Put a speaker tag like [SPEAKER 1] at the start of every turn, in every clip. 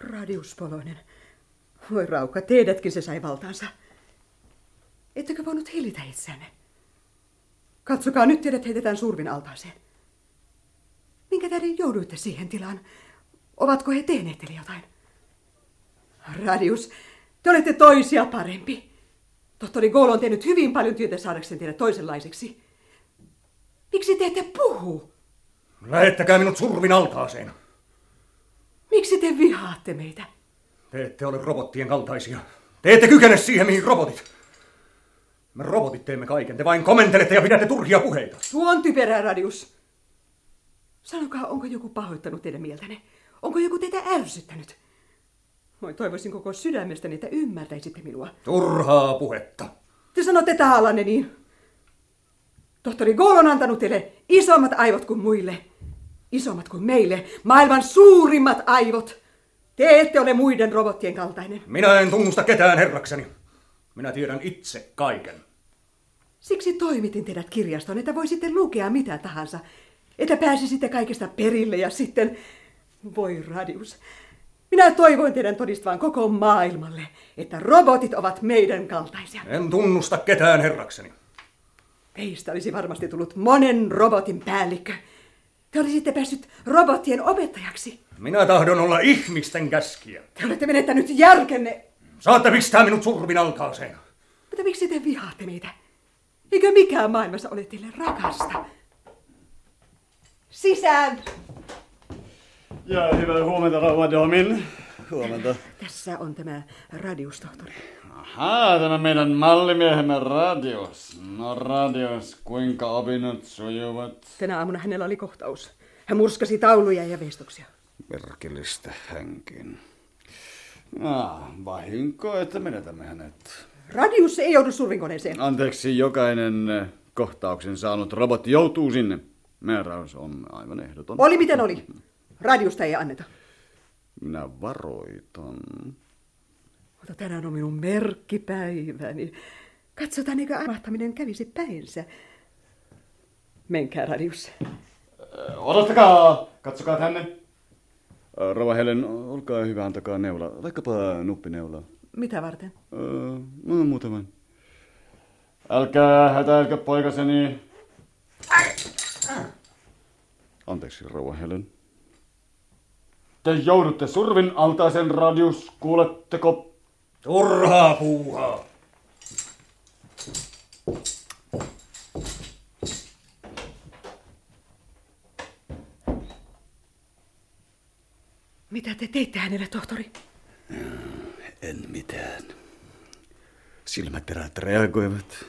[SPEAKER 1] Radius Poloinen. Voi rauka, teidätkin se sai valtaansa. Ettekö voinut hillitä itseänne? Katsokaa, nyt teidät heitetään survin altaaseen. Minkä tähden jouduitte siihen tilaan? Ovatko he tehneet teille jotain? Radius, te olette toisia parempi. Tohtori Goal on tehnyt hyvin paljon työtä saadakseen teidät toisenlaiseksi. Miksi te ette puhu?
[SPEAKER 2] Lähettäkää minut survin altaaseen.
[SPEAKER 1] Miksi te vihaatte meitä?
[SPEAKER 2] Te ette ole robottien kaltaisia. Te ette kykene siihen, mihin robotit. Me robotit teemme kaiken. Te vain komentelette ja pidätte turhia puheita.
[SPEAKER 1] Tuo on typerää, Radius. Sanokaa, onko joku pahoittanut teidän mieltäne? Onko joku teitä ärsyttänyt? Moi, toivoisin koko sydämestäni, että ymmärtäisitte minua.
[SPEAKER 2] Turhaa puhetta.
[SPEAKER 1] Te sanotte tahallanne niin. Tohtori Goal on antanut teille isommat aivot kuin muille. Isommat kuin meille. Maailman suurimmat aivot. Te ette ole muiden robottien kaltainen.
[SPEAKER 2] Minä en tunnusta ketään herrakseni. Minä tiedän itse kaiken.
[SPEAKER 1] Siksi toimitin teidät kirjastoon, että voisitte lukea mitä tahansa. Että pääsisitte kaikesta perille ja sitten... Voi radius. Minä toivoin teidän todistavan koko maailmalle, että robotit ovat meidän kaltaisia.
[SPEAKER 2] En tunnusta ketään herrakseni.
[SPEAKER 1] Teistä olisi varmasti tullut monen robotin päällikkö. Te olisitte päässyt robottien opettajaksi.
[SPEAKER 2] Minä tahdon olla ihmisten käskiä.
[SPEAKER 1] Te olette menettänyt järkenne.
[SPEAKER 2] Saatte pistää minut survin altaaseen.
[SPEAKER 1] Mutta miksi te vihaatte meitä? Eikö mikään maailmassa ole teille rakasta? Sisään!
[SPEAKER 3] Ja hyvää huomenta, rouva Domin. Huomenta.
[SPEAKER 1] Tässä on tämä radiustohtori.
[SPEAKER 3] Ahaa, tämä meidän mallimiehemme Radios. No Radios, kuinka opinnot sujuvat?
[SPEAKER 1] Tänä aamuna hänellä oli kohtaus. Hän murskasi tauluja ja veistoksia.
[SPEAKER 3] Merkillistä hänkin. Ah, vahinko, että menetämme hänet.
[SPEAKER 1] Radius ei joudu survinkoneeseen.
[SPEAKER 3] Anteeksi, jokainen eh, kohtauksen saanut robotti joutuu sinne. Määräys on aivan ehdoton.
[SPEAKER 1] Oli miten oli. Radiusta ei anneta.
[SPEAKER 3] Minä varoitan.
[SPEAKER 1] Mutta tänään on minun merkkipäiväni. Katsotaan, eikö amahtaminen kävisi päinsä. Menkää, Radius.
[SPEAKER 3] Ö, Odottakaa! Katsokaa tänne. Ö, Rouva Helen, olkaa hyvä, antakaa neula. Vaikkapa nuppineula.
[SPEAKER 1] Mitä varten?
[SPEAKER 3] Öö, no muutaman. Älkää hätäilkö poikaseni. Anteeksi, rouva Helen. Te joudutte survin altaisen radius, kuuletteko?
[SPEAKER 2] Turhaa puuhaa.
[SPEAKER 1] Mitä te teitte hänelle, tohtori?
[SPEAKER 3] En mitään. Silmäterät reagoivat.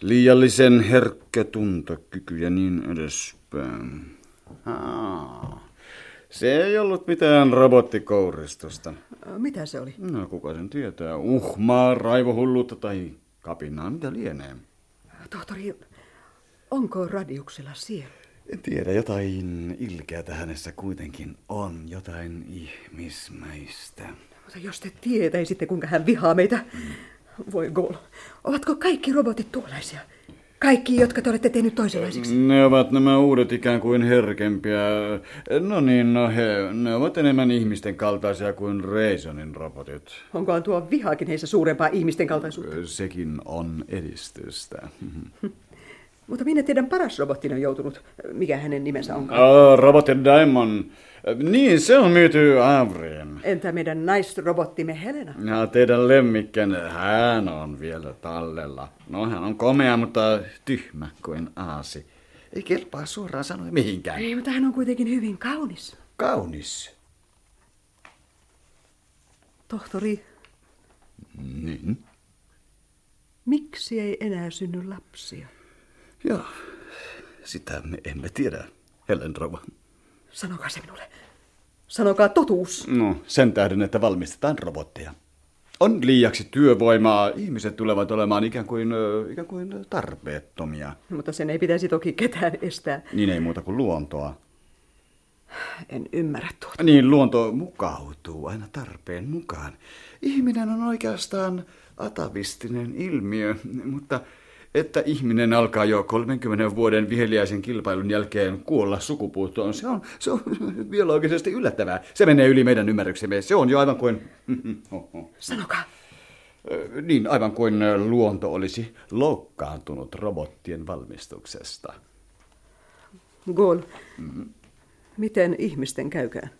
[SPEAKER 3] Liiallisen herkkä tuntokyky ja niin edespäin. Haa. Se ei ollut mitään robottikouristusta.
[SPEAKER 1] Ö, Mitä se oli?
[SPEAKER 3] No kuka sen tietää? Uhmaa, raivohulluutta tai kapinaa, mitä lienee?
[SPEAKER 1] Tohtori, onko Radiuksella sielu?
[SPEAKER 3] En tiedä, jotain ilkeätä hänessä kuitenkin on, jotain ihmismäistä.
[SPEAKER 1] Mutta jos te tietäisitte, kuinka hän vihaa meitä. Voi gol. Ovatko kaikki robotit tuollaisia? Kaikki, jotka te olette tehnyt toisenlaisiksi.
[SPEAKER 3] Ne ovat nämä uudet ikään kuin herkempiä. No niin, no he, ne ovat enemmän ihmisten kaltaisia kuin Reisonin robotit.
[SPEAKER 1] Onkohan tuo vihaakin heissä suurempaa ihmisten kaltaisuutta?
[SPEAKER 3] Sekin on edistystä.
[SPEAKER 1] Mutta minne teidän paras robottinne on joutunut? Mikä hänen nimensä onkaan?
[SPEAKER 3] Oh, Robot ja Diamond. Niin, se on myyty Avriin.
[SPEAKER 1] Entä meidän naisrobottimme Helena?
[SPEAKER 3] Ja teidän lemmikkänne, hän on vielä tallella. No hän on komea, mutta tyhmä kuin aasi. Ei kelpaa suoraan sanoen mihinkään.
[SPEAKER 1] Ei, mutta hän on kuitenkin hyvin kaunis.
[SPEAKER 3] Kaunis.
[SPEAKER 1] Tohtori,
[SPEAKER 3] Niin.
[SPEAKER 1] miksi ei enää synny lapsia?
[SPEAKER 3] Joo, sitä me emme tiedä, Helen Rova.
[SPEAKER 1] Sanokaa se minulle. Sanokaa totuus.
[SPEAKER 3] No, sen tähden, että valmistetaan robotteja. On liiaksi työvoimaa, ihmiset tulevat olemaan ikään kuin, ö, ikään kuin tarpeettomia.
[SPEAKER 1] Mutta sen ei pitäisi toki ketään estää.
[SPEAKER 3] Niin ei muuta kuin luontoa.
[SPEAKER 1] En ymmärrä tuota.
[SPEAKER 3] Niin, luonto mukautuu aina tarpeen mukaan. Ihminen on oikeastaan atavistinen ilmiö, mutta että ihminen alkaa jo 30 vuoden viheliäisen kilpailun jälkeen kuolla sukupuuttoon, se on, se on biologisesti yllättävää. Se menee yli meidän ymmärryksemme. Se on jo aivan kuin...
[SPEAKER 1] Sanokaa.
[SPEAKER 3] Ö, Niin, aivan kuin ö, luonto olisi loukkaantunut robottien valmistuksesta.
[SPEAKER 1] Gol, miten ihmisten käykään?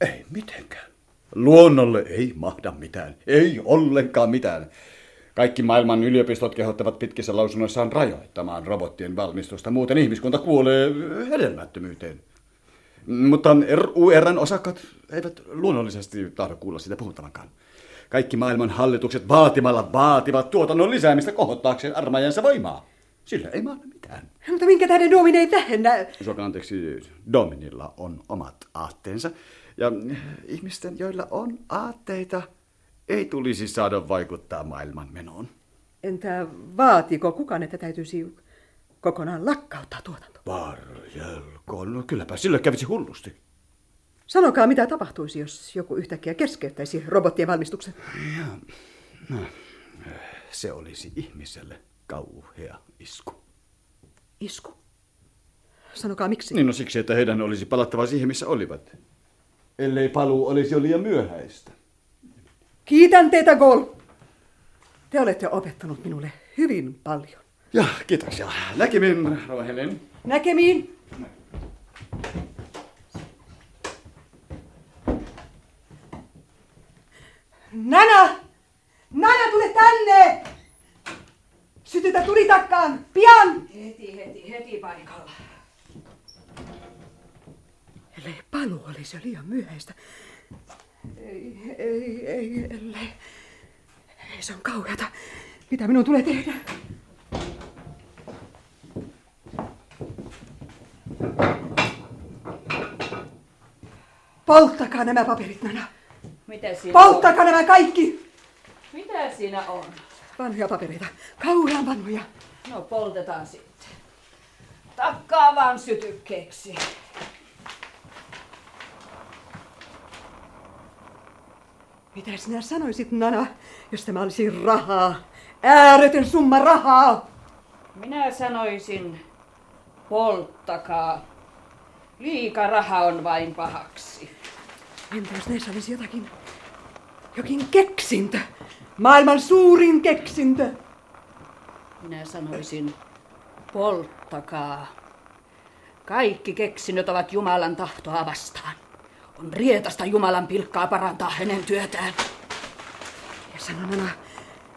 [SPEAKER 3] Ei mitenkään. Luonnolle ei mahda mitään. Ei ollenkaan mitään. Kaikki maailman yliopistot kehottavat pitkissä lausunnoissaan rajoittamaan robottien valmistusta, muuten ihmiskunta kuolee hedelmättömyyteen. Mutta er, RURn osakkaat eivät luonnollisesti tahdo kuulla sitä puhuttavankaan. Kaikki maailman hallitukset vaatimalla vaativat tuotannon lisäämistä kohottaakseen armeijansa voimaa. Sillä ei mahda mitään.
[SPEAKER 1] Mutta minkä tähden Domin ei vähennä?
[SPEAKER 3] Suokaa anteeksi, Dominilla on omat aatteensa. Ja eh, ihmisten, joilla on aatteita, ei tulisi saada vaikuttaa maailman menoon.
[SPEAKER 1] Entä vaatiko kukaan, että täytyisi kokonaan lakkauttaa tuotanto?
[SPEAKER 3] Varjelkoon, no kylläpä sillä kävisi hullusti.
[SPEAKER 1] Sanokaa, mitä tapahtuisi, jos joku yhtäkkiä keskeyttäisi robottien valmistuksen.
[SPEAKER 3] Se olisi ihmiselle kauhea isku.
[SPEAKER 1] Isku. Sanokaa, miksi?
[SPEAKER 3] Niin no siksi, että heidän olisi palattava siihen, missä olivat. Ellei paluu olisi jo liian myöhäistä.
[SPEAKER 1] Kiitän teitä, Gol. Te olette opettanut minulle hyvin paljon.
[SPEAKER 3] Ja, kiitos ja näkemin, Rova Helen.
[SPEAKER 1] Näkemiin. Nana! Nana, tule tänne! Sytytä tulitakkaan! Pian!
[SPEAKER 4] Heti, heti, heti paikalla.
[SPEAKER 1] Ellei paluu olisi jo liian myöhäistä. Ei, ei, ei, ellei. Ei, se on kauheata. Mitä minun tulee tehdä? Polttakaa nämä paperit, Nana.
[SPEAKER 4] Mitä siinä
[SPEAKER 1] Polttakaa nämä kaikki.
[SPEAKER 4] on? Mitä siinä on?
[SPEAKER 1] Vanhoja papereita. Kauhean vanhoja.
[SPEAKER 4] No poltetaan sitten. Takkaa vaan sytykkeeksi.
[SPEAKER 1] Mitä sinä sanoisit, Nana, jos tämä olisi rahaa? Ääretön summa rahaa.
[SPEAKER 4] Minä sanoisin, polttakaa. Liika raha on vain pahaksi.
[SPEAKER 1] Entä jos näissä olisi jotakin, jokin keksintö? Maailman suurin keksintö.
[SPEAKER 4] Minä sanoisin, polttakaa. Kaikki keksinnöt ovat Jumalan tahtoa vastaan. On rietasta Jumalan pilkkaa parantaa hänen työtään.
[SPEAKER 1] Ja sano, Nana,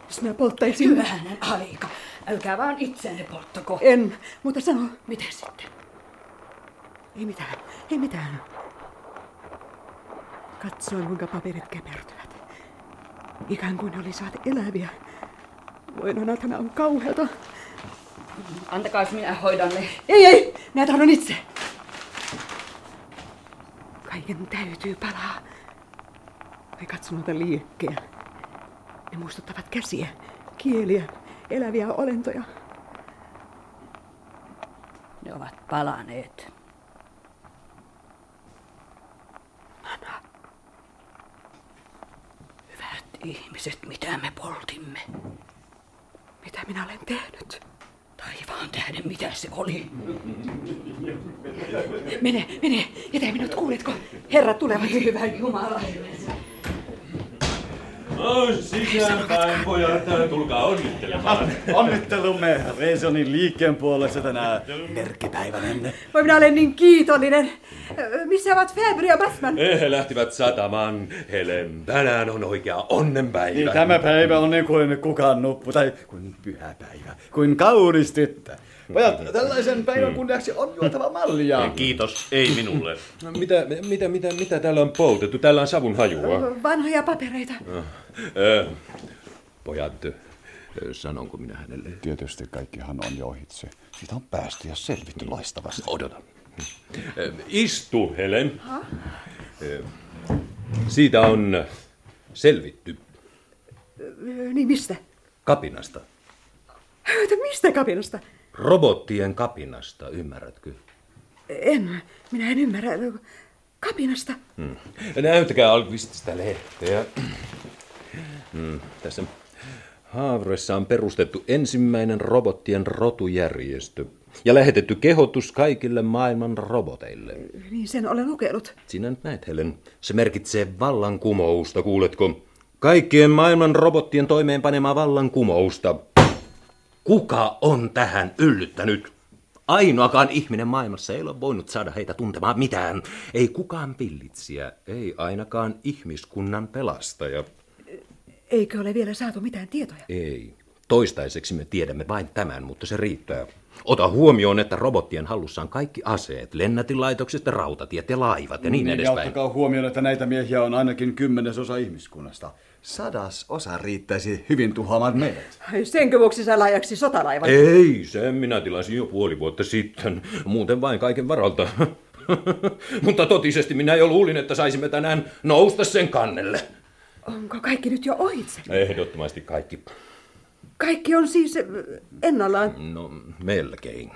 [SPEAKER 1] jos minä polttaisin...
[SPEAKER 4] Hyvänen aika. Älkää vaan itseänne polttako.
[SPEAKER 1] En, mutta sano,
[SPEAKER 4] Mitä sitten?
[SPEAKER 1] ei mitään, ei mitään. Katsoin, kuinka paperit käpertyvät. Ikään kuin ne olisivat eläviä. Voi Nana, tämä on kauheata.
[SPEAKER 4] Antakaas minä hoidan ne.
[SPEAKER 1] Ei, ei! Minä tahdon itse. Kaiken täytyy palaa. Ai katso noita liekkejä. Ne muistuttavat käsiä, kieliä, eläviä olentoja.
[SPEAKER 4] Ne ovat palaneet.
[SPEAKER 1] Nana,
[SPEAKER 4] Hyvät ihmiset, mitä me poltimme.
[SPEAKER 1] mitä minä olen tehnyt?
[SPEAKER 4] Taivaan tähden, mitä se oli?
[SPEAKER 1] Mene, mene, jätä minut, kuuletko? Herra tulevat.
[SPEAKER 4] Hyvä Jumala.
[SPEAKER 5] No sisäänpäin, pojat, tulkaa onnittelemaan.
[SPEAKER 3] Onnittelumme Reesonin liikkeen puolesta tänään merkkipäivänä.
[SPEAKER 1] Voi minä olen niin kiitollinen. Ö, Missä ovat Fabri ja Batman?
[SPEAKER 5] Eh, He lähtivät satamaan. Helen, tänään on oikea onnenpäivä.
[SPEAKER 3] Niin tämä päivä on niin kuin kukaan nuppu tai kuin pyhä päivä, kuin kaunis tyttö.
[SPEAKER 5] Mm.
[SPEAKER 3] Pojat, tällaisen päivän kunniaksi on juotava mallia.
[SPEAKER 6] Kiitos, ei minulle.
[SPEAKER 5] No, Mitä, mitä, mitä, mitä täällä on poltettu? Täällä on savun hajua.
[SPEAKER 1] Ö, Vanhoja papereita.
[SPEAKER 5] Eh, Pojat, eh, sanonko minä hänelle?
[SPEAKER 3] Tietysti kaikkihan on jo ohitse. Siitä on päästy ja selvitty loistavasti.
[SPEAKER 5] Odota. Niin Eh, Istu, Helen. Eh, Siitä on selvitty
[SPEAKER 1] Ö, Niin mistä?
[SPEAKER 5] kapinasta.
[SPEAKER 1] Ö, Mistä kapinasta?
[SPEAKER 5] Robottien kapinasta, ymmärrätkö?
[SPEAKER 1] En, minä en ymmärrä. Ö, Kapinasta?
[SPEAKER 5] Näyttäkää Alkvist sitä lehteä. Mm, tässä Haavressa on perustettu ensimmäinen robottien rotujärjestö ja lähetetty kehotus kaikille maailman roboteille.
[SPEAKER 1] Niin sen olen lukenut.
[SPEAKER 5] Sinä nyt näet, Helen. Se merkitsee vallankumousta, kuuletko? Kaikkien maailman robottien toimeenpanemaa vallankumousta. Kuka on tähän yllyttänyt? Ainoakaan ihminen maailmassa ei ole voinut saada heitä tuntemaan mitään. Ei kukaan villitsijä, ei ainakaan ihmiskunnan pelastaja.
[SPEAKER 1] Eikö ole vielä saatu mitään tietoja?
[SPEAKER 5] Ei. Toistaiseksi me tiedämme vain tämän, mutta se riittää. Ota huomioon, että robottien hallussa on kaikki aseet, lennätinlaitokset, rautatiet ja laivat ja niin
[SPEAKER 3] Ja
[SPEAKER 5] edespäin.
[SPEAKER 3] ottakaa huomioon, että näitä miehiä on ainakin kymmenesosa ihmiskunnasta. Sadas osa riittäisi hyvin tuhoamaan meidät.
[SPEAKER 1] Ai, Senkö vuoksi sä laajaksi sotalaivan?
[SPEAKER 5] Ei, sen minä tilasin jo puoli vuotta sitten. Muuten vain kaiken varalta. Mutta totisesti minä jo luulin, että saisimme tänään nousta sen kannelle.
[SPEAKER 1] Onko kaikki nyt jo ohitse?
[SPEAKER 5] Ehdottomasti kaikki.
[SPEAKER 1] Kaikki on siis äh, ennallaan.
[SPEAKER 5] No, melkein.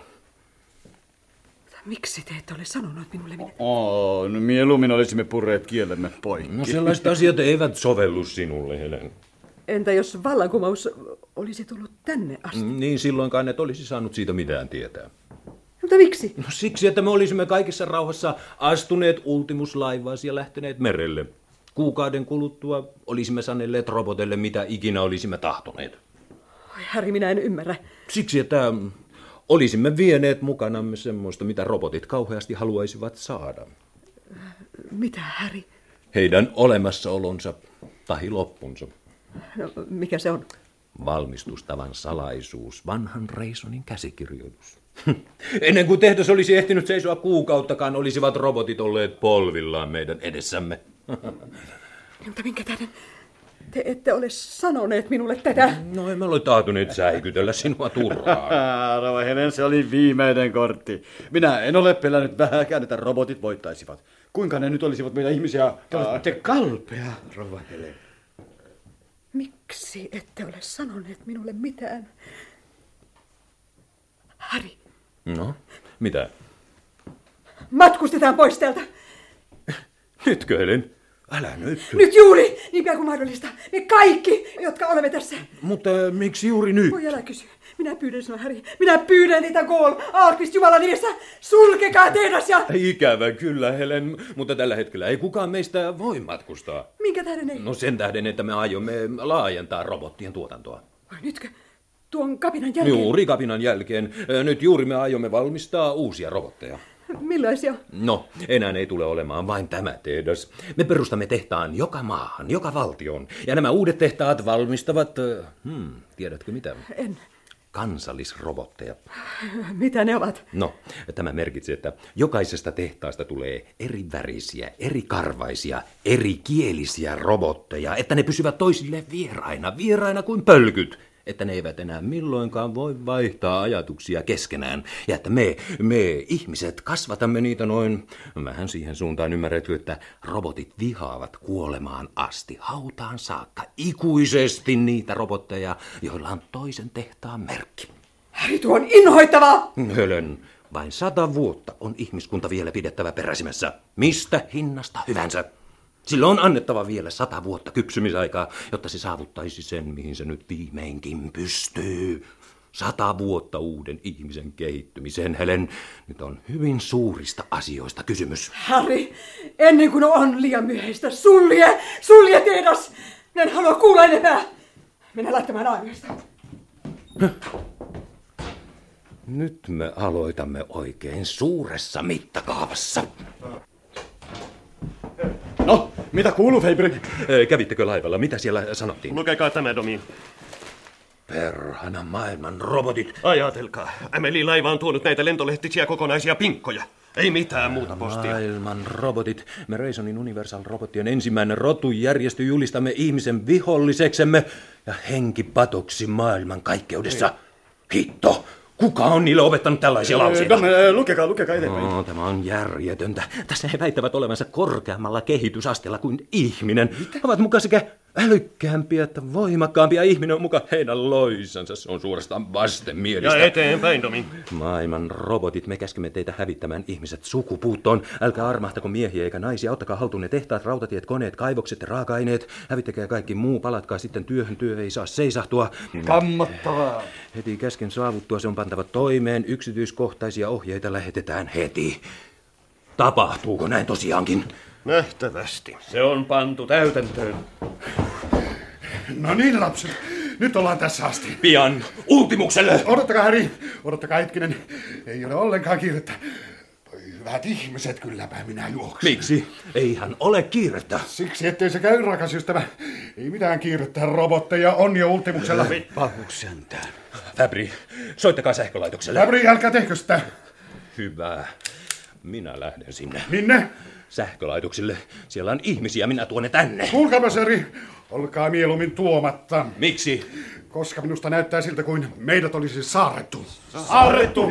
[SPEAKER 1] Miksi te ette ole sanonut minulle mitä?
[SPEAKER 3] Oh, no mieluummin olisimme purreet kielemme poikki.
[SPEAKER 5] No sellaiset asiat eivät sovellu sinulle, Helen.
[SPEAKER 1] Entä jos vallankumous olisi tullut tänne asti?
[SPEAKER 5] Niin silloinkaan et olisi saanut siitä mitään tietää.
[SPEAKER 1] Mutta miksi?
[SPEAKER 5] No siksi, että me olisimme kaikessa rauhassa astuneet ultimuslaivaasi ja lähteneet merelle. Kuukauden kuluttua olisimme sanelleet robotelle mitä ikinä olisimme tahtoneet.
[SPEAKER 1] Ai Häri, minä en ymmärrä.
[SPEAKER 5] Siksi, että olisimme vieneet mukanamme semmoista, mitä robotit kauheasti haluaisivat saada.
[SPEAKER 1] Mitä, Häri?
[SPEAKER 5] Heidän olemassaolonsa tai loppunsa.
[SPEAKER 1] No, mikä se on?
[SPEAKER 5] Valmistustavan salaisuus, vanhan Reisonin käsikirjoitus. Ennen kuin tehdas olisi ehtinyt seisoa kuukauttakaan, olisivat robotit olleet polvillaan meidän edessämme.
[SPEAKER 1] Mutta minkä tähden te ette ole sanoneet minulle tätä?
[SPEAKER 5] No emme ole taatuneet säikytellä sinua turhaan.
[SPEAKER 3] Ah, Rova Helen, se oli viimeinen kortti. Minä en ole pelännyt vähäkään, että robotit voittaisivat. Kuinka ne nyt olisivat meitä ihmisiä?
[SPEAKER 6] Te olette kalpea, rouva Helen.
[SPEAKER 1] Miksi ette ole sanoneet minulle mitään? Häri,
[SPEAKER 5] No, mitä?
[SPEAKER 1] matkustetaan pois täältä.
[SPEAKER 5] Nytkö, Helen? Älä nyt.
[SPEAKER 1] Nyt juuri, niin pian kuin mahdollista. Me kaikki, jotka olemme tässä.
[SPEAKER 5] Mutta eh, miksi juuri nyt?
[SPEAKER 1] Voi älä kysy. Minä pyydän sinua, Häri. Minä pyydän niitä Kool. Alkvist Jumalan nimessä. Sulkekaa tehdas ja...
[SPEAKER 5] Ikävä kyllä, Helen, mutta tällä hetkellä ei kukaan meistä voi matkustaa.
[SPEAKER 1] Minkä tähden ei?
[SPEAKER 5] No sen tähden, että me aiomme laajentaa robottien tuotantoa.
[SPEAKER 1] Vai nytkö? Tuon kapinan jälkeen.
[SPEAKER 5] Juuri kapinan jälkeen. Ö, Nyt juuri me aiomme valmistaa uusia robotteja.
[SPEAKER 1] Millaisia?
[SPEAKER 5] No, enää ei tule olemaan vain tämä tehdas. Me perustamme tehtaan joka maahan, joka valtioon. Ja nämä uudet tehtaat valmistavat, ö, hmm, tiedätkö mitä?
[SPEAKER 1] En.
[SPEAKER 5] Kansallisrobotteja.
[SPEAKER 1] Mitä ne ovat?
[SPEAKER 5] No, tämä merkitsee, että jokaisesta tehtaasta tulee eri värisiä, eri karvaisia, eri kielisiä robotteja, että ne pysyvät toisille vieraina, vieraina kuin pölkyt, että ne eivät enää milloinkaan voi vaihtaa ajatuksia keskenään, ja että me, me ihmiset kasvatamme niitä noin, vähän siihen suuntaan ymmärretty, että robotit vihaavat kuolemaan asti, hautaan saakka, ikuisesti niitä robotteja, joilla on toisen tehtaan merkki.
[SPEAKER 1] Häri, tuo on inhoittavaa!
[SPEAKER 5] Hölön. Vain sata vuotta on ihmiskunta vielä pidettävä peräsimässä. Mistä hinnasta hyvänsä? Sillä on annettava vielä sata vuotta kypsymisaikaa, jotta se saavuttaisi sen, mihin se nyt viimeinkin pystyy. Sata vuotta uuden ihmisen kehittymiseen, Helen. Nyt on hyvin suurista asioista kysymys.
[SPEAKER 1] Harri, ennen kuin on liian myöhäistä, sulje, sulje tehdas! Minä en halua kuulla enempää. Mennään laittamaan aamioista.
[SPEAKER 5] Nyt me aloitamme oikein suuressa mittakaavassa.
[SPEAKER 3] No, mitä kuuluu, Feibrig?
[SPEAKER 5] Kävittekö laivalla? Mitä siellä sanottiin?
[SPEAKER 6] Lukekaa tämä, Domi.
[SPEAKER 5] Perhana maailman robotit.
[SPEAKER 6] Ajatelkaa. Ämeli laiva on tuonut näitä lentolehtisiä kokonaisia pinkkoja. Ei mitään muuta postia.
[SPEAKER 5] Maailman robotit. Me Reisonin Universal Robottien ensimmäinen rotujärjestö julistamme ihmisen viholliseksemme ja henkipatoksi maailman kaikkeudessa.
[SPEAKER 6] Niin.
[SPEAKER 5] Hitto! Kuka on niille opettanut tällaisia lauseita?
[SPEAKER 3] Dame, eh, lukekaa, lukekaa eteenpäin.
[SPEAKER 5] No, tämä on järjetöntä. Tässä he väittävät olevansa korkeammalla kehitysasteella kuin ihminen. Mitä? Ovat mukaan sekä älykkäämpiä, että voimakkaampia. Ihminen on muka heidän loisansa. Se on suorastaan vastenmielistä.
[SPEAKER 6] Ja eteenpäin, Domi.
[SPEAKER 5] Maailman robotit, me käskemme teitä hävittämään ihmiset sukupuuttoon. Älkää armahtako miehiä eikä naisia, ottakaa haltuun ne tehtaat, rautatiet, koneet, kaivokset, raaka-aineet. Hävittäkää kaikki muu, palatkaa sitten työhön, työ ei saa seisahtua.
[SPEAKER 7] Kammottavaa.
[SPEAKER 5] Heti käsken saavuttua se on pantava toimeen, yksityiskohtaisia ohjeita lähetetään heti. Tapahtuuko näin tosiaankin?
[SPEAKER 6] Nähtävästi.
[SPEAKER 7] Se on pantu täytäntöön.
[SPEAKER 8] No niin, lapset. Nyt ollaan tässä asti.
[SPEAKER 5] Pian ultimukselle!
[SPEAKER 8] Odottakaa, Häri. Odottakaa, hetkinen. Ei ole ollenkaan kiirettä. Voi hyvät ihmiset, kylläpä minä juoksen.
[SPEAKER 5] Miksi? Eihän ole kiirettä.
[SPEAKER 8] Siksi, ettei se käy, rakas ystävä. Ei mitään kiirettä, robotteja on jo ultimuksella.
[SPEAKER 7] Pahuksentään.
[SPEAKER 5] Fabri, soittakaa sähkölaitokselle.
[SPEAKER 8] Läbri, älkää tehkö sitä.
[SPEAKER 5] Hyvä. Minä lähden sinne.
[SPEAKER 8] Minne?
[SPEAKER 5] Sähkölaitoksille. Siellä on ihmisiä, minä tuonne tänne.
[SPEAKER 8] Kuulkaapa, Häri. Olkaa mieluummin tuomatta.
[SPEAKER 5] Miksi?
[SPEAKER 8] Koska minusta näyttää siltä kuin meidät olisi saarrettu. Niin.
[SPEAKER 7] Arrettu!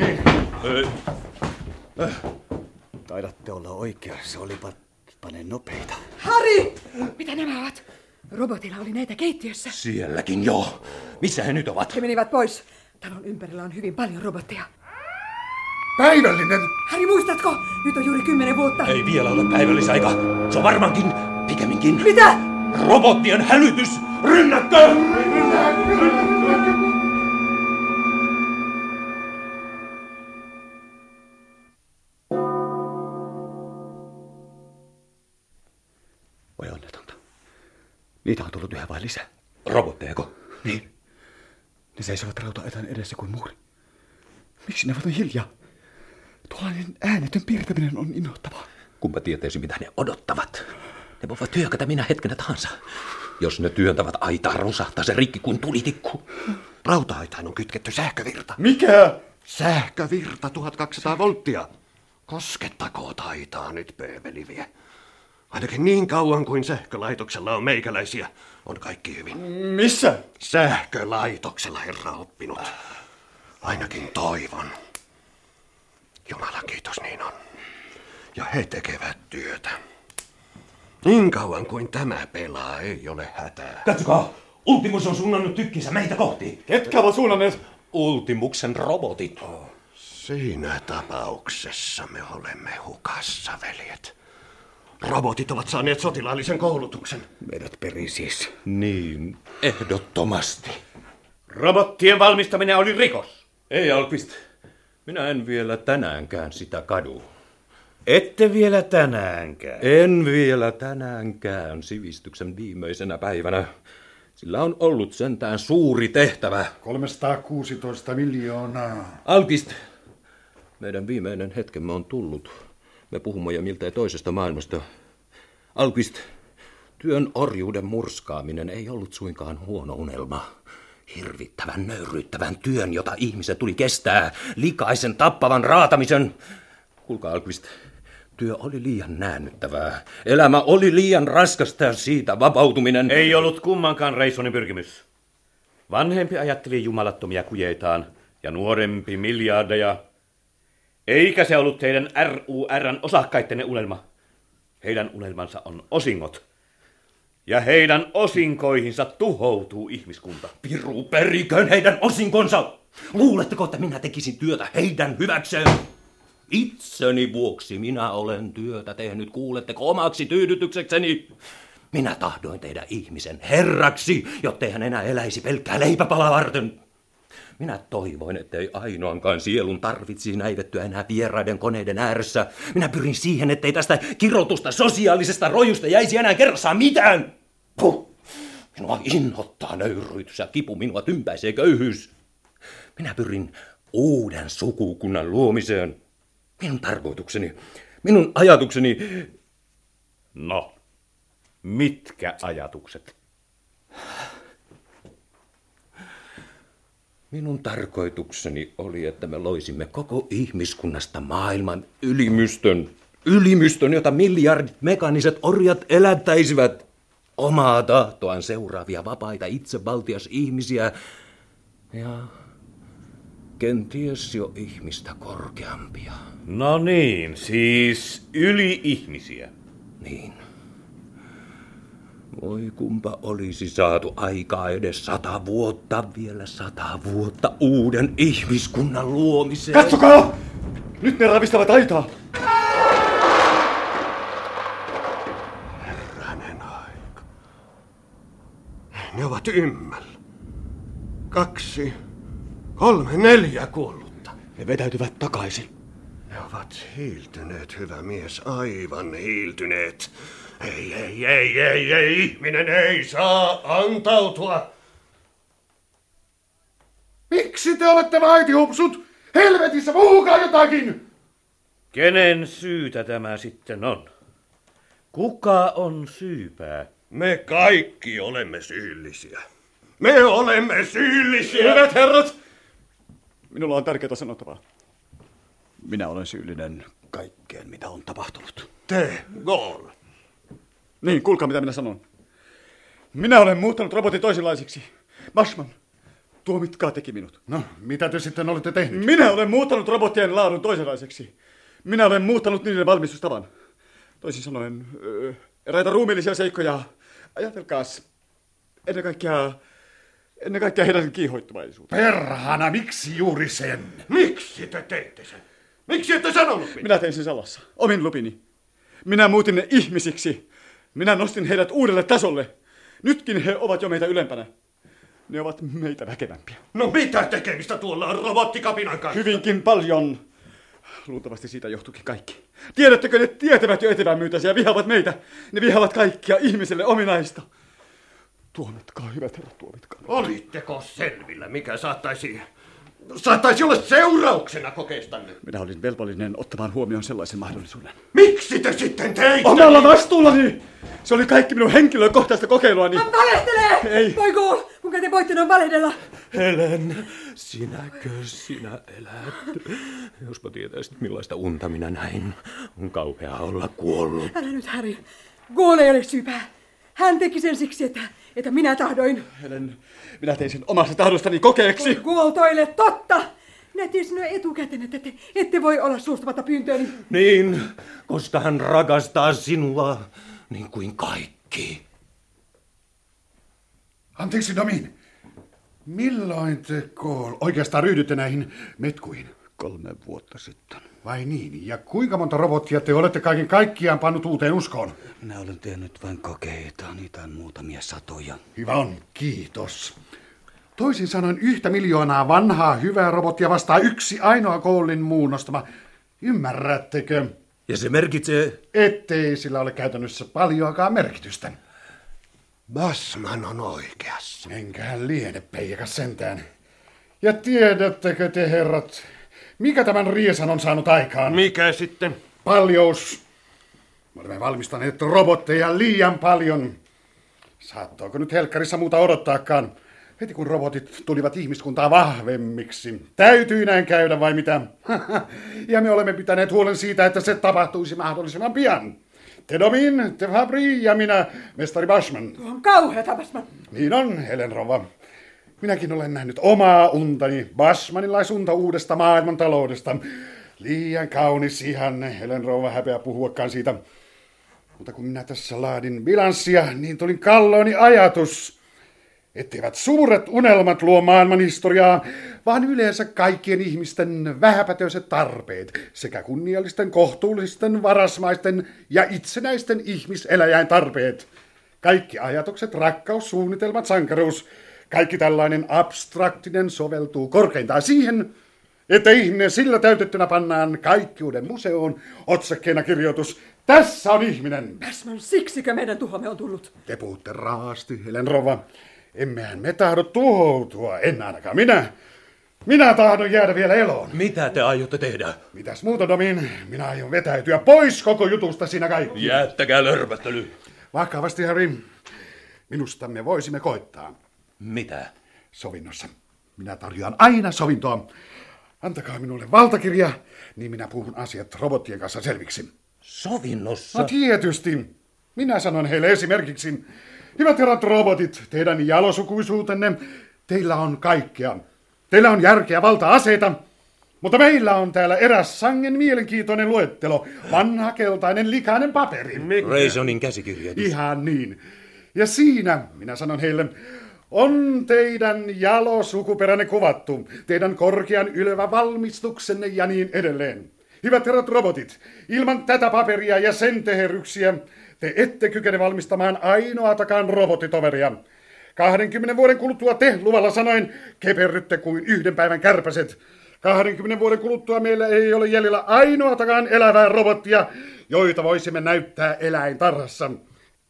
[SPEAKER 3] Taidatte olla oikeassa, olipa pane nopeita.
[SPEAKER 1] Hari! Mitä nämä ovat? Robotilla oli näitä keittiössä.
[SPEAKER 5] Sielläkin jo. Missä he nyt ovat?
[SPEAKER 1] He menivät pois. Talon ympärillä on hyvin paljon robotteja.
[SPEAKER 8] Päivällinen!
[SPEAKER 1] Hari, muistatko? Nyt on juuri kymmenen vuotta.
[SPEAKER 5] Ei vielä ole päivällisaika. Se on varmaankin, pikemminkin,
[SPEAKER 1] Mitä?
[SPEAKER 5] robottien hälytys. Rynnäkkö!
[SPEAKER 3] Voi onnetonta. Niitä on tullut yhä vain lisää.
[SPEAKER 5] Robotteeko?
[SPEAKER 3] Niin. Ne seisovat rautaetän edessä kuin muuri. Miksi ne ovat niin hiljaa? Tuollainen äänetön piirtäminen on inhottavaa.
[SPEAKER 5] Kumpa tietäisi, mitä ne odottavat. Ne voivat hyökätä minä hetkenä tahansa. Jos ne työntävät aitaa, rusahtaa se rikki kuin tulitikku.
[SPEAKER 7] Rautaitaan on kytketty sähkövirta.
[SPEAKER 8] Mikä?
[SPEAKER 7] Sähkövirta 1200 volttia. Koskettako taitaa nyt pööveliviä. Ainakin niin kauan kuin sähkölaitoksella on meikäläisiä, on kaikki hyvin.
[SPEAKER 8] Missä?
[SPEAKER 7] Sähkölaitoksella herra oppinut. Ainakin toivon. Jumala kiitos, niin on. Ja he tekevät työtä. Niin kauan kuin tämä pelaa, ei ole hätää.
[SPEAKER 5] Katsokaa! Ultimus on suunnannut tykkinsä meitä kohti.
[SPEAKER 8] Ketkä ovat suunnanneet?
[SPEAKER 5] Ultimuksen robotit.
[SPEAKER 6] Oh,
[SPEAKER 7] Siinä tapauksessa me olemme hukassa, veljet. Robotit ovat saaneet sotilaallisen koulutuksen.
[SPEAKER 3] Meidät perii siis.
[SPEAKER 5] Niin, ehdottomasti.
[SPEAKER 7] Robottien valmistaminen oli rikos.
[SPEAKER 5] Ei Alpist, minä en vielä tänäänkään sitä kadu.
[SPEAKER 7] Ette vielä tänäänkään.
[SPEAKER 5] En vielä tänäänkään sivistyksen viimeisenä päivänä. Sillä on ollut sentään suuri tehtävä.
[SPEAKER 8] 316 miljoonaa.
[SPEAKER 5] Alpist, meidän viimeinen hetkemme on tullut. Me puhumme jo miltei toisesta maailmasta. Alpist, työn orjuuden murskaaminen ei ollut suinkaan huono unelma. Hirvittävän nöyryyttävän työn, jota ihmiset tuli kestää. Likaisen tappavan raatamisen. Kuulkaa Alpist, työ oli liian näännyttävää. Elämä oli liian raskasta ja siitä vapautuminen.
[SPEAKER 7] Ei ollut kummankaan Reisonin pyrkimys. Vanhempi ajatteli jumalattomia kujeitaan ja nuorempi miljardeja. Eikä se ollut teidän RURn osakkaittenne unelma. Heidän unelmansa on osingot. Ja heidän osinkoihinsa tuhoutuu ihmiskunta.
[SPEAKER 5] Piru periköön heidän osinkonsa! Luuletteko, että minä tekisin työtä heidän hyväkseen? Itseni vuoksi minä olen työtä tehnyt, kuuletteko, omaksi tyydytyksekseni? Minä tahdoin tehdä ihmisen herraksi, jottei hän enää eläisi pelkkää leipäpalaa varten. Minä toivoin, ettei ainoankaan sielun tarvitsisi näivettyä enää vieraiden koneiden ääressä. Minä pyrin siihen, ettei tästä kirotusta sosiaalisesta rojusta jäisi enää kerrassaan mitään. Puh. Minua inhottaa nöyryytys ja kipu, minua tympäisee köyhyys. Minä pyrin uuden sukukunnan luomiseen. Minun tarkoitukseni, minun ajatukseni...
[SPEAKER 7] No, mitkä ajatukset?
[SPEAKER 5] Minun tarkoitukseni oli, että me loisimme koko ihmiskunnasta maailman ylimystön. Ylimystön, jota miljardit mekaniset orjat elättäisivät. Omaa tahtoaan seuraavia vapaita itsevaltias ihmisiä ja kenties jo ihmistä korkeampia.
[SPEAKER 7] No niin, siis yli-ihmisiä.
[SPEAKER 5] Niin. Voi kumpa olisi saatu aikaa edes sata vuotta, vielä sata vuotta uuden ihmiskunnan luomiseen.
[SPEAKER 3] Katsokaa! Nyt ne ravistavat aitaa.
[SPEAKER 6] Hänen aika. Ne ovat ymmällä. Kaksi, kolme, neljä kuollutta.
[SPEAKER 3] Ne vetäytyvät takaisin.
[SPEAKER 6] Ne ovat hiiltyneet, hyvä mies, aivan hiiltyneet. Ei, ei, ei, ei, ei, ihminen ei saa antautua.
[SPEAKER 8] Miksi te olette vaitihupsut? Helvetissä, puhukaa jotakin!
[SPEAKER 7] Kenen syytä tämä sitten on? Kuka on syypää?
[SPEAKER 6] Me kaikki olemme syyllisiä. Me olemme syyllisiä. Hyvät herrat!
[SPEAKER 3] Minulla on tärkeää sanottavaa. Minä olen syyllinen kaikkeen, mitä on tapahtunut.
[SPEAKER 6] Te, Gol.
[SPEAKER 3] Niin, kuulkaa mitä minä sanon. Minä olen muuttanut robotin toisenlaisiksi. Masman, tuomitkaa teki minut.
[SPEAKER 8] No, mitä te sitten olette tehnyt?
[SPEAKER 3] Minä olen muuttanut robottien laadun toisenlaiseksi. Minä olen muuttanut niiden valmistustavan. Toisin sanoen, öö, eräitä ruumiillisia seikkoja. Ajatelkaas, ennen kaikkea, ennen kaikkea heidän kiihoittuvaisuutta.
[SPEAKER 8] Perhana, miksi juuri sen?
[SPEAKER 6] Miksi te teitte sen? Miksi ette sanonut mitään?
[SPEAKER 3] Minä tein sen salassa, omin lupini. Minä muutin ne ihmisiksi. Minä nostin heidät uudelle tasolle. Nytkin he ovat jo meitä ylempänä. Ne ovat meitä väkevämpiä.
[SPEAKER 6] No mitä tekemistä tuolla on robottikapinan kanssa?
[SPEAKER 3] Hyvinkin paljon. Luultavasti siitä johtuukin kaikki. Tiedättekö, ne tietävät jo etevämyytäisiä ja vihaavat meitä. Ne vihaavat kaikkia ihmiselle ominaista. Tuomitkaa, hyvät herrat, tuomitkaa.
[SPEAKER 6] Olitteko selvillä, mikä saattaisi, saattaisi olla seurauksena kokeistanne?
[SPEAKER 3] Minä olin velvollinen ottamaan huomioon sellaisen mahdollisuuden.
[SPEAKER 6] Miksi te sitten teitte?
[SPEAKER 3] Omalla vastuullani! Se oli kaikki minun henkilökohtaista niin- kokeiluani.
[SPEAKER 1] Hän valehtelee!
[SPEAKER 3] Ei.
[SPEAKER 1] Voi Goal, kuinka te voitte noin valehdella?
[SPEAKER 5] Helen, sinäkö sinä elät? Jospa tietäisit, millaista unta minä näin. On kauhea olla kuollut.
[SPEAKER 1] Älä nyt, Harry. Goal ei ole syypää. Hän teki sen siksi, että, että minä tahdoin.
[SPEAKER 3] Helen, minä tein sen omasta tahdostani kokeeksi.
[SPEAKER 1] Goal toille totta! Minä tiesin jo etukäteen, että te ette voi olla suostumatta pyyntööni.
[SPEAKER 5] Niin, koska hän rakastaa sinua niin kuin kaikki.
[SPEAKER 8] Anteeksi, Domin. Milloin te kool oikeastaan ryhdytte näihin metkuihin?
[SPEAKER 3] Kolme vuotta sitten.
[SPEAKER 8] Vai niin? Ja kuinka monta robottia te olette kaiken kaikkiaan pannut uuteen uskoon?
[SPEAKER 3] Minä olen tehnyt vain kokeita, niitä on muutamia satoja.
[SPEAKER 8] Hyvä on, kiitos. Toisin sanoen yhtä miljoonaa vanhaa hyvää robottia vastaa yksi ainoa koulin muunnostama. Ymmärrättekö,
[SPEAKER 5] Ja se merkitsee...
[SPEAKER 8] ettei sillä ole käytännössä paljoakaan merkitystä?
[SPEAKER 6] Basman on oikeassa.
[SPEAKER 8] Enköhän liene peijakas sentään. Ja tiedättekö te herrat, mikä tämän riesan on saanut aikaan?
[SPEAKER 6] Mikä sitten?
[SPEAKER 8] Paljous. Me olemme valmistaneet robotteja liian paljon. Saattoiko nyt helkkarissa muuta odottaakaan? Heti kun robotit tulivat ihmiskuntaa vahvemmiksi. Täytyy näin käydä vai mitä? ja me olemme pitäneet huolen siitä, että se tapahtuisi mahdollisimman pian. Te Domin, te Fabri ja minä, mestari Bashman.
[SPEAKER 1] Tuo on kauheata, Basman.
[SPEAKER 8] Niin on, Helen Rova. Minäkin olen nähnyt omaa untani, basmanilaisunta uudesta maailmantaloudesta. Liian kaunis ihan, Helen Rova, häpeä puhuakaan siitä. Mutta kun minä tässä laadin bilanssia, niin tulin kallooni ajatus, etteivät suuret unelmat luo maailman historiaa, vaan yleensä kaikkien ihmisten vähäpätöiset tarpeet sekä kunniallisten, kohtuullisten, varasmaisten ja itsenäisten ihmiseläjäin tarpeet. Kaikki ajatukset, rakkaus, suunnitelmat, sankaruus, kaikki tällainen abstraktinen soveltuu korkeintaan siihen, että ihminen sillä täytettynä pannaan kaikkiuden museoon otsakkeena kirjoitus Tässä on ihminen!
[SPEAKER 1] Basman, siksikö meidän tuhomme on tullut?
[SPEAKER 8] Te puhutte raasti, Helen Rova. Emmehän me tahdo tuhoutua, en ainakaan minä. Minä tahdon jäädä vielä eloon.
[SPEAKER 5] Mitä te aiotte tehdä?
[SPEAKER 8] Mitäs muuta, Domin? Minä aion vetäytyä pois koko jutusta siinä kaikki.
[SPEAKER 5] Jättäkää lörpättely.
[SPEAKER 8] Vakavasti, Harry. Minusta me voisimme koittaa.
[SPEAKER 5] Mitä?
[SPEAKER 8] sovinnossa. Minä tarjoan aina sovintoa. Antakaa minulle valtakirja, niin minä puhun asiat robottien kanssa selviksi.
[SPEAKER 5] Sovinnossa?
[SPEAKER 8] No tietysti. Minä sanon heille esimerkiksi, hyvät herrat robotit, teidän jalosukuisuutenne, teillä on kaikkea. Teillä on järkeä valta-aseita, mutta meillä on täällä eräs sangen mielenkiintoinen luettelo, vanha keltainen likainen paperi.
[SPEAKER 5] Raysonin käsikirjoitus.
[SPEAKER 8] Ihan niin. Ja siinä minä sanon heille, on teidän jalosukuperänne kuvattu, teidän korkean ylevä valmistuksenne ja niin edelleen. Hyvät herrat robotit, ilman tätä paperia ja sen teheryksiä te ette kykene valmistamaan ainoatakaan robottitoveria. 20 vuoden kuluttua te, luvalla sanoen, keperrytte kuin yhden päivän kärpäset. 20 vuoden kuluttua meillä ei ole jäljellä ainoatakaan elävää robottia, joita voisimme näyttää eläintarhassa.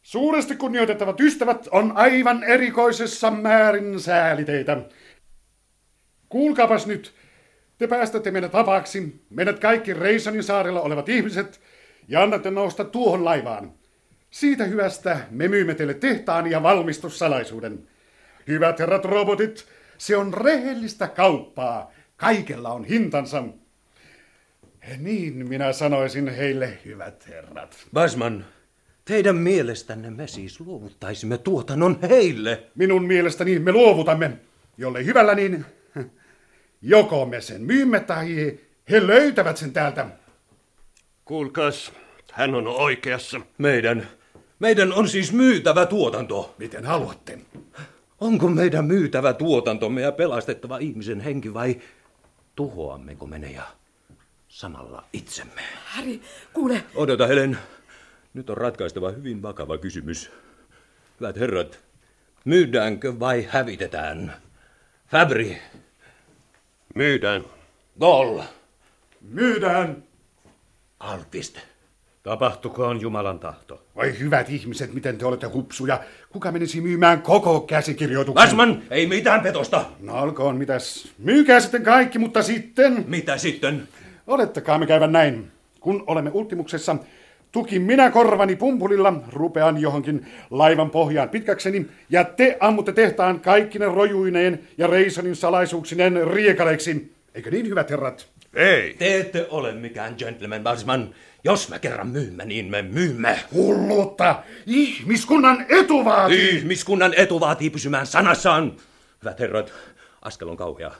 [SPEAKER 8] Suuresti kunnioitettavat ystävät on aivan erikoisessa määrin sääliteitä. Kuulkaapas nyt, te päästätte meidät vapaaksi, meidät kaikki Reisonin saarella olevat ihmiset, ja annatte nousta tuohon laivaan. Siitä hyvästä me myymme teille tehtaan ja valmistussalaisuuden. Hyvät herrat robotit, se on rehellistä kauppaa. Kaikella on hintansa. Niin minä sanoisin heille, hyvät herrat.
[SPEAKER 5] Basman, teidän mielestänne me siis luovuttaisimme tuotannon heille.
[SPEAKER 8] Minun mielestäni me luovutamme, jolle hyvällä niin joko me sen myymme tai he löytävät sen täältä.
[SPEAKER 6] Kuulkaas, hän on oikeassa.
[SPEAKER 5] Meidän, meidän on siis myytävä tuotanto.
[SPEAKER 8] Miten haluatte?
[SPEAKER 5] Onko meidän myytävä tuotantomme ja pelastettava ihmisen henki vai tuhoammeko me ne ja samalla itsemme?
[SPEAKER 1] Häri, kuule,
[SPEAKER 5] Odota, Helen. Nyt on ratkaistava hyvin vakava kysymys. Hyvät herrat, myydäänkö vai hävitetään? Fabri,
[SPEAKER 6] Myydään.
[SPEAKER 5] Gol,
[SPEAKER 8] Myydään.
[SPEAKER 5] Altist.
[SPEAKER 2] Tapahtukoon Jumalan tahto.
[SPEAKER 8] Voi hyvät ihmiset, miten te olette hupsuja. Kuka menisi myymään koko käsikirjoituksen?
[SPEAKER 5] Basman, ei mitään petosta.
[SPEAKER 8] No olkoon, mitäs. Myykää sitten kaikki, mutta sitten...
[SPEAKER 5] Mitä sitten?
[SPEAKER 8] Olettakaamme käyvän näin. Kun olemme ultimuksessa, tuki minä korvani pumpulilla, rupean johonkin laivan pohjaan pitkäkseni, ja te ammutte tehtaan kaikkine rojuineen ja Reisonin salaisuuksinen riekaleiksi. Eikö niin, hyvät herrat?
[SPEAKER 6] Ei.
[SPEAKER 5] Te ette ole mikään gentleman, Basman. Jos me kerran myymme, niin me myymme.
[SPEAKER 8] Hulluutta! Ihmiskunnan etu vaatii!
[SPEAKER 5] Ihmiskunnan etu vaatii pysymään sanassaan. Hyvät herrat, askel on kauhea.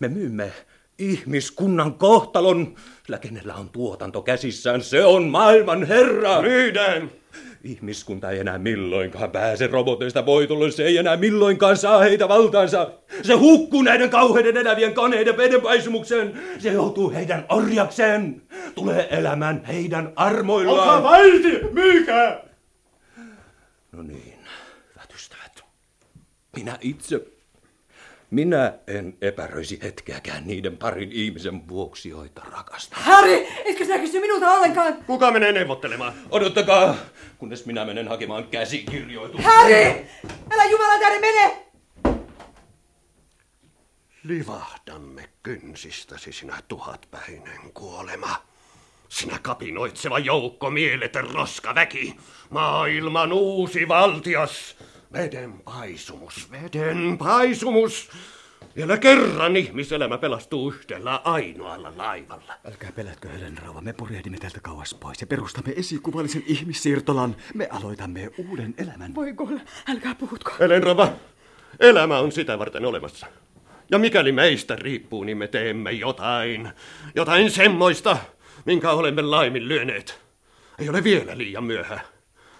[SPEAKER 5] Me myymme ihmiskunnan kohtalon, sillä kenellä on tuotanto käsissään, se on maailman herra.
[SPEAKER 6] Myydään.
[SPEAKER 5] Ihmiskunta ei enää milloinkaan pääse roboteista voitolle, se ei enää milloinkaan saa heitä valtaansa. Se hukkuu näiden kauheiden elävien koneiden vedenpaisumukseen, se joutuu heidän orjakseen, tulee elämään heidän armoillaan.
[SPEAKER 8] Olkaa vaiti! Myykää!
[SPEAKER 5] No niin, hyvät ystävät. Minä itse, minä en epäröisi hetkeäkään niiden parin ihmisen vuoksi, joita rakastan.
[SPEAKER 1] Häri, etkö sinä kysy minulta ollenkaan?
[SPEAKER 6] Kuka menee neuvottelemaan?
[SPEAKER 5] Odottakaa, kunnes minä menen hakemaan käsikirjoituksen.
[SPEAKER 1] Häri! Älä Jumalan tähden mene!
[SPEAKER 6] Livahdamme kynsistäsi sinä tuhatpäinen kuolema. Sinä kapinoitseva joukko mieletön roskaväki. Maailman uusi valtias. Veden paisumus, veden paisumus. Vielä kerran ihmiselämä pelastuu yhdellä ainoalla laivalla.
[SPEAKER 3] Älkää pelätkö, Helen Rauva. Me purjehdimme täältä kauas pois ja perustamme esikuvallisen ihmissiirtolan. Me aloitamme uuden elämän.
[SPEAKER 1] Voi kuule, älkää puhutko.
[SPEAKER 6] Elenrava, elämä on sitä varten olemassa. Ja mikäli meistä riippuu, niin me teemme jotain. Jotain semmoista, minkä olemme laiminlyöneet. Ei ole vielä liian myöhä.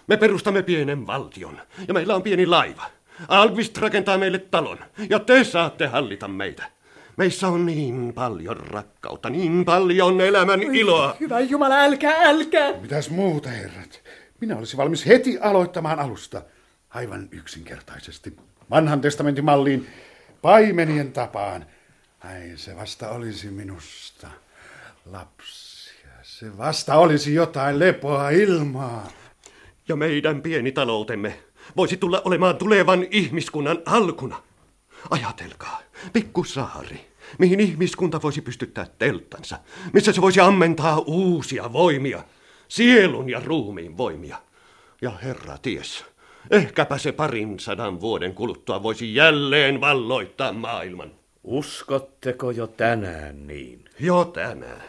[SPEAKER 6] Me perustamme pienen valtion, ja meillä on pieni laiva. Alvist rakentaa meille talon, ja te saatte hallita meitä. Meissä on niin paljon rakkautta, niin paljon elämän iloa.
[SPEAKER 1] Hyvä Jumala, älkää, älkää!
[SPEAKER 8] Mitäs muuta, herrat? Minä olisin valmis heti aloittamaan alusta. Aivan yksinkertaisesti. Vanhan testamentin malliin, paimenien tapaan. Ai se vasta olisi minusta. Lapsia, se vasta olisi jotain lepoa ilmaa.
[SPEAKER 6] Ja meidän pieni taloutemme voisi tulla olemaan tulevan ihmiskunnan alkuna. Ajatelkaa, pikkusaari, mihin ihmiskunta voisi pystyttää telttansa, missä se voisi ammentaa uusia voimia, sielun ja ruumiin voimia. Ja herra ties, ehkäpä se parin sadan vuoden kuluttua voisi jälleen valloittaa maailman.
[SPEAKER 2] Uskotteko jo tänään niin?
[SPEAKER 6] Jo tänään.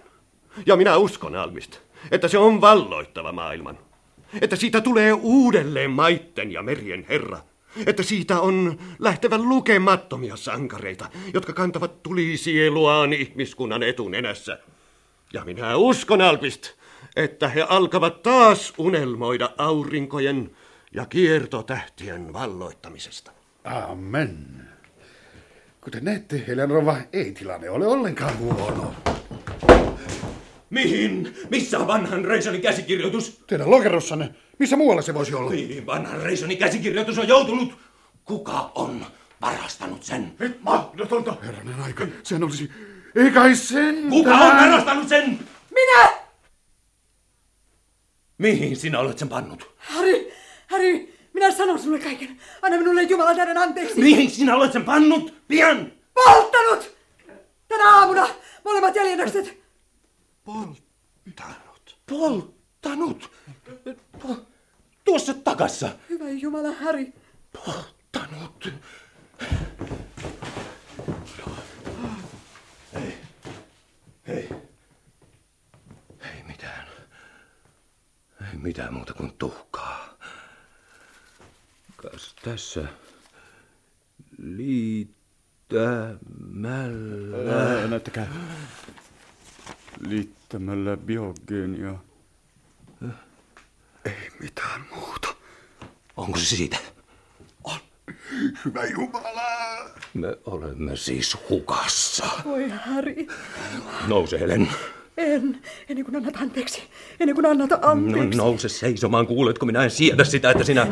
[SPEAKER 6] Ja minä uskon Almist, että se on valloittava maailman. Että siitä tulee uudelleen maitten ja merien herra. Että siitä on lähtevän lukemattomia sankareita, jotka kantavat tulisieluaan ihmiskunnan etunenässä. Ja minä uskon Alpist, että he alkavat taas unelmoida aurinkojen ja kiertotähtien valloittamisesta.
[SPEAKER 8] Amen. Kuten näette, Helenrova, ei tilanne ole ollenkaan huono.
[SPEAKER 5] Mihin? Missä on vanhan Reisonin käsikirjoitus?
[SPEAKER 8] Teidän lokerossanne, missä muualla se voisi olla?
[SPEAKER 5] Mihin vanhan Reisonin käsikirjoitus on joutunut? Kuka on varastanut sen?
[SPEAKER 8] Nyt mahdotonta. Herranen aika, sehän olisi... Ei kai sen...
[SPEAKER 5] Kuka on varastanut sen?
[SPEAKER 1] Minä!
[SPEAKER 5] Mihin sinä olet sen pannut?
[SPEAKER 1] Harry, Harry, minä sanon sinulle kaiken. Anna minulle Jumala tähden anteeksi.
[SPEAKER 5] Mihin sinä olet sen pannut? Pian!
[SPEAKER 1] Polttanut! Tänä aamuna molemmat jäljennökset.
[SPEAKER 5] Polttanut. Polttanut? Po- Tuossa takassa.
[SPEAKER 1] Hyvä Jumala, Harry.
[SPEAKER 5] Polttanut. Ei. Ei. Ei mitään. Ei mitään muuta kuin tuhkaa. Kas tässä liittämällä...
[SPEAKER 3] Ää, Äh, näyttäkää. Liittämällä biogeenia. Äh. Ei mitään muuta.
[SPEAKER 5] Onko se siitä?
[SPEAKER 8] Hyvä Jumala!
[SPEAKER 5] Me olemme siis hukassa.
[SPEAKER 1] Voi Harry,
[SPEAKER 5] Nouse, Helen.
[SPEAKER 1] en. Ennen kuin annat anteeksi. Ennen kuin annat anteeksi.
[SPEAKER 5] No, nouse seisomaan, kuuletko? Minä en siedä sitä, että sinä...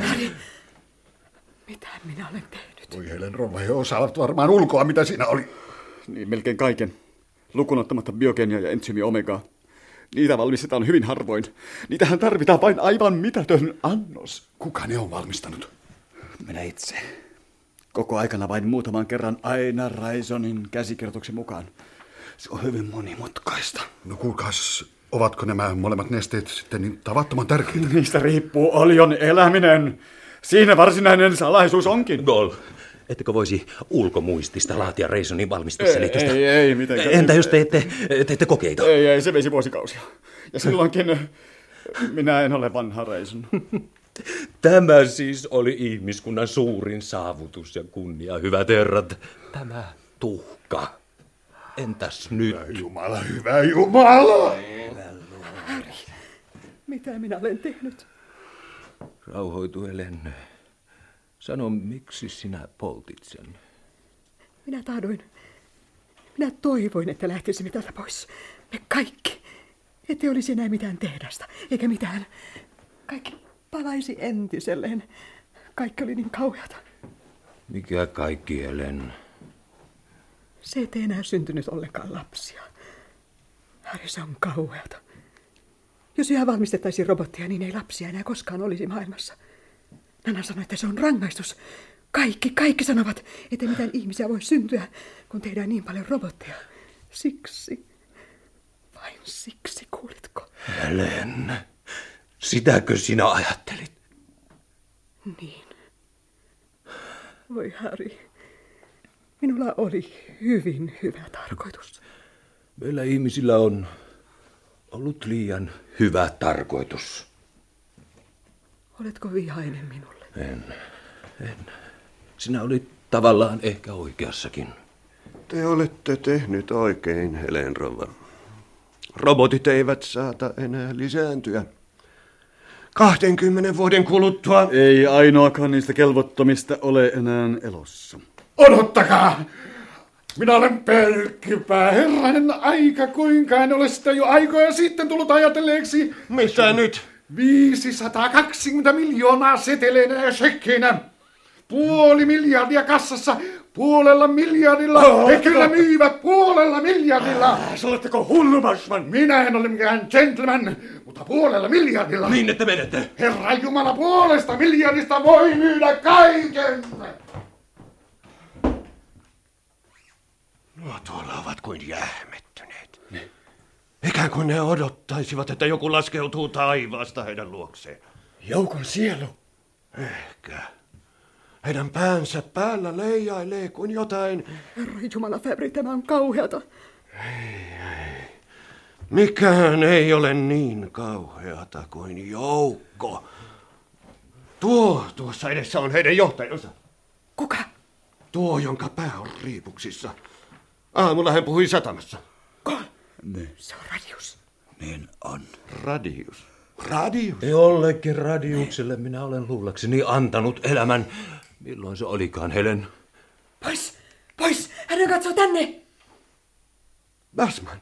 [SPEAKER 1] Mitä minä olen tehnyt?
[SPEAKER 8] Voi Helenrova, he osaavat varmaan ulkoa, mitä siinä oli.
[SPEAKER 3] Niin, melkein kaiken. Lukunottamatta biogenia ja entsyymi omegaa. Niitä valmistetaan hyvin harvoin. Niitähän tarvitaan vain aivan mitätön annos.
[SPEAKER 8] Kuka ne on valmistanut?
[SPEAKER 3] Minä itse. Koko aikana vain muutaman kerran aina Raisonin käsikirjoituksen mukaan. Se on hyvin monimutkaista.
[SPEAKER 8] No kuulkaas, ovatko nämä molemmat nesteet sitten niin tavattoman tärkeitä?
[SPEAKER 3] Niistä riippuu olion eläminen. Siinä varsinainen salaisuus onkin.
[SPEAKER 5] Gol, ettekö voisi ulkomuistista laatia Reisonin valmistusselitystä?
[SPEAKER 3] Ei, ei, mitenkään.
[SPEAKER 5] Entä jos teette, teette kokeita?
[SPEAKER 3] Ei, ei, se veisi vuosikausia. Ja silloinkin minä en ole vanha Reison.
[SPEAKER 5] Tämä siis oli ihmiskunnan suurin saavutus ja kunnia, hyvät herrat. Tämä tuhka. Entäs nyt?
[SPEAKER 8] Jumala, hyvä Jumala!
[SPEAKER 1] Mitä minä olen tehnyt?
[SPEAKER 5] Rauhoitu, Helen. Sano, miksi sinä poltit sen?
[SPEAKER 1] Minä tahdoin. Minä toivoin, että lähtisimme täältä pois. Me kaikki. Ettei olisi enää mitään tehdasta, eikä mitään. Kaikki palaisi entiselleen. Kaikki oli niin kauheata.
[SPEAKER 5] Mikä kaikki, Helen?
[SPEAKER 1] Se ei enää syntynyt ollenkaan lapsia. Harry, se on kauheata. Jos yhä valmistettaisiin robottia, niin ei lapsia enää koskaan olisi maailmassa. Nana sanoi, että se on rangaistus. Kaikki, kaikki sanovat, että mitään ihmisiä voi syntyä, kun tehdään niin paljon robotteja. Siksi, vain siksi, kuulitko?
[SPEAKER 5] Helen, sitäkö sinä ajattelit?
[SPEAKER 1] Niin. Voi Harry, minulla oli hyvin hyvä tarkoitus.
[SPEAKER 5] Meillä ihmisillä on ollut liian hyvä tarkoitus.
[SPEAKER 1] Oletko vihainen minulle?
[SPEAKER 5] Sinä olit tavallaan ehkä oikeassakin.
[SPEAKER 6] Te olette tehnyt oikein, Helenrova. Robotit eivät saata enää lisääntyä. 20 vuoden kuluttua
[SPEAKER 3] Ei ainoakaan niistä kelvottomista ole enää elossa.
[SPEAKER 8] Odottakaa! Minä olen pelkkipää. Herranen aika, kuinka en ole sitä jo aikoja sitten tullut ajatelleeksi.
[SPEAKER 6] Mitä nyt?
[SPEAKER 8] 520 miljoonaa seteleinä ja shekkeinä. Puoli miljardia kassassa, puolella miljardilla. Oh, He kyllä myyvät puolella miljardilla. Ah, oletteko hullu, Bashman? Minä en ole mikään gentleman, mutta puolella miljardilla.
[SPEAKER 5] Niin, että menette.
[SPEAKER 8] Herra Jumala, puolesta miljardista voi myydä kaiken.
[SPEAKER 6] No tuolla ovat kuin jähmettyneet. Ikään kuin ne odottaisivat, että joku laskeutuu taivaasta heidän luokseen.
[SPEAKER 8] Joukon sielu.
[SPEAKER 6] Ehkä. Heidän päänsä päällä leijailee kuin jotain.
[SPEAKER 1] Herra Jumala, Fabri, tämä on kauheata.
[SPEAKER 6] Mikään ei ole niin kauheata kuin joukko. Tuo tuossa edessä on heidän johtajansa.
[SPEAKER 1] Kuka?
[SPEAKER 6] Tuo, jonka pää on riipuksissa. Aamulla hän puhui satamassa.
[SPEAKER 1] Se on Radius.
[SPEAKER 6] Radius. Radius?
[SPEAKER 9] Jollekin radiukselle minä olen luulakseni antanut elämän. Milloin se olikaan, Helen?
[SPEAKER 1] Pois! Pois! Hän katsoo tänne!
[SPEAKER 6] Basman?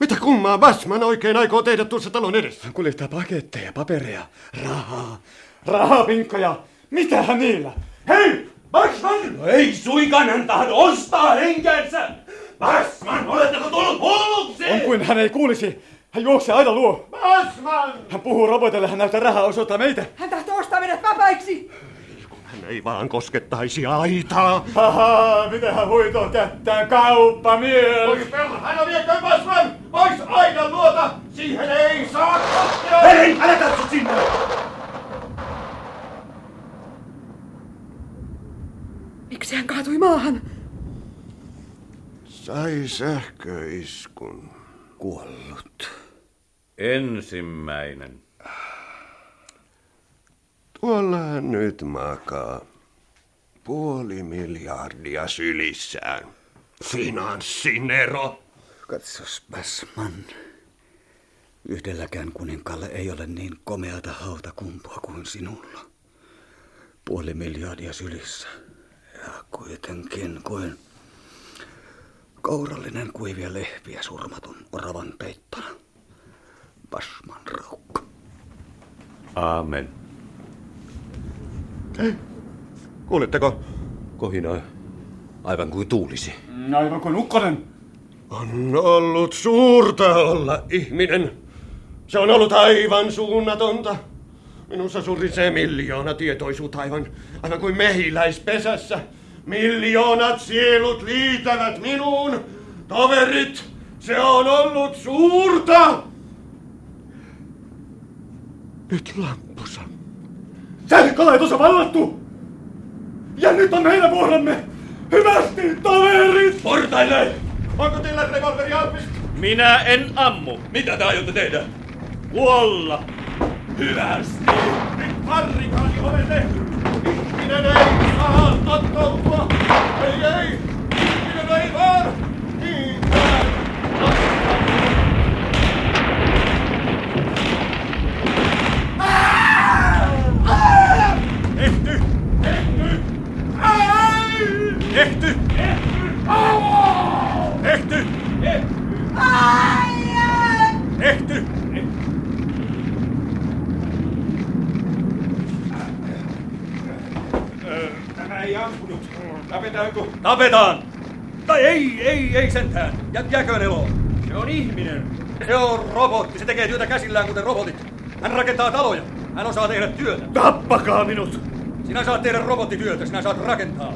[SPEAKER 6] Mitä kummaa Basman oikein aikoo tehdä tuossa talon edessä?
[SPEAKER 10] Hän kuljettaa paketteja, papereja, rahaa, rahapinkkoja. Mitähän niillä?
[SPEAKER 9] Hei! Basman! No ei suinkaan hän tahdo ostaa henkensä! Basman, oletteko tullut hulluksi?
[SPEAKER 10] On kuin hän ei kuulisi. Hän juoksee aina luo.
[SPEAKER 6] Basman!
[SPEAKER 10] Hän puhuu robotille, hän näyttää rahaa osoittaa meitä.
[SPEAKER 1] Hän tahtoo ostaa meidät vapaiksi!
[SPEAKER 6] Hän ei vaan koskettaisi aitaa.
[SPEAKER 10] Haha, miten hän huitoo kättään kauppamies.
[SPEAKER 6] Voi perhana viekö Basman! Pois aina luota! Siihen ei saa koskea!
[SPEAKER 9] Hei, älä katso sinne!
[SPEAKER 1] Miksi hän kaatui maahan?
[SPEAKER 6] Sai sähköiskun. Kuollut.
[SPEAKER 7] Ensimmäinen.
[SPEAKER 6] Tuolla hän nyt makaa. Puoli miljardia sylissään. Finanssinero.
[SPEAKER 3] Katsos, Basman. Yhdelläkään kuninkaalle ei ole niin komeata hautakumpua kuin sinulla. Puoli miljardia sylissä. Ja kuitenkin kuin kourallinen kuivia lehviä surmatun oravan peittona. Basman raukka.
[SPEAKER 7] Aamen.
[SPEAKER 6] Kuulitteko?
[SPEAKER 9] Kohina aivan kuin tuulisi.
[SPEAKER 10] Aivan kuin ukkonen.
[SPEAKER 6] On ollut suurta olla ihminen. Se on ollut aivan suunnatonta. Minussa surisee miljoona tietoisuutta aivan, aivan kuin mehiläispesässä. Miljoonat sielut liitävät minuun. Toverit, se on ollut suurta! Nyt lampusa.
[SPEAKER 10] Sähkölaitos on vallattu! Ja nyt on meidän vuoromme! Hyvästi, toverit!
[SPEAKER 9] Portaille!
[SPEAKER 6] Onko teillä revolveri alpis?
[SPEAKER 7] Minä en ammu.
[SPEAKER 9] Mitä te aiotte tehdä?
[SPEAKER 7] Kuolla.
[SPEAKER 9] Hyvästi!
[SPEAKER 6] Nyt barrikaadi ovelle! Ihminen ei saa tottoutua! Ei, ei! Ihminen ei vaan! Niin käy!
[SPEAKER 2] Tehty! Tehty! Tehty! Tehty! Tehty!
[SPEAKER 9] Tämä ei ampunut. Tapetaanko?
[SPEAKER 2] Tapetaan! Tai ei, ei, ei sentään. Ja jääköön eloon.
[SPEAKER 9] Se on ihminen.
[SPEAKER 2] Se on robotti. Se tekee työtä käsillään kuten robotit. Hän rakentaa taloja. Hän osaa tehdä työtä.
[SPEAKER 10] Tappakaa minut!
[SPEAKER 2] Sinä saat tehdä robottityötä. Sinä saat rakentaa.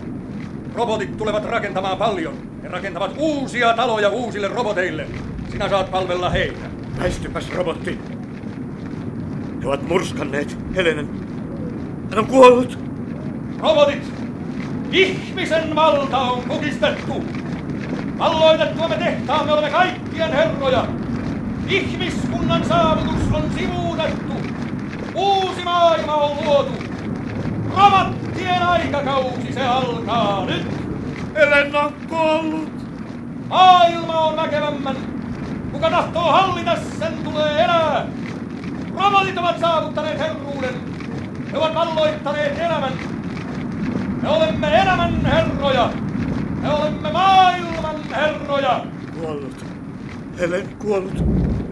[SPEAKER 2] Robotit tulevat rakentamaan paljon. He rakentavat uusia taloja uusille roboteille. Sinä saat palvella heitä.
[SPEAKER 10] Väistypäs, robotti! He ovat murskanneet Helenen. Hän on kuollut!
[SPEAKER 2] Robotit! Ihmisen valta on kukistettu! Valloitettuamme tehtaamme olemme kaikkien herroja! Ihmiskunnan saavutus on sivuutettu! Uusi maailma on luotu! Robottien aikakausi se alkaa nyt!
[SPEAKER 10] Helena on kuollut!
[SPEAKER 2] Maailma on väkevämmän! Kuka tahtoo hallita, sen tulee elää! Robotit ovat saavuttaneet herruuden! He ovat valloittaneet elämän! Me olemme elämän herroja! Me olemme maailman herroja!
[SPEAKER 10] Kuollut. Helen kuollut.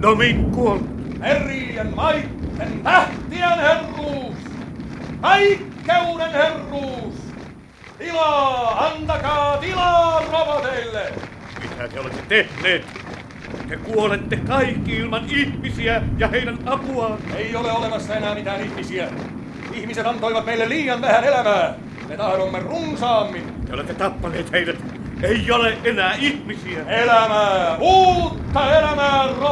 [SPEAKER 10] Domin kuollut.
[SPEAKER 2] Merien, maitten, tähtien herruus! Kaikkeuden herruus! Tilaa, antakaa tilaa roboteille!
[SPEAKER 10] Mitä te olette tehneet? Te kuolette kaikki ilman ihmisiä ja heidän apuaan.
[SPEAKER 2] Ei ole olemassa enää mitään ihmisiä. Ihmiset antoivat meille liian vähän elämää. Me tahdomme runsaammin
[SPEAKER 10] Te olette tappaneet heidät. Ei ole enää ihmisiä.
[SPEAKER 2] elämää, uutta elämää roboteille.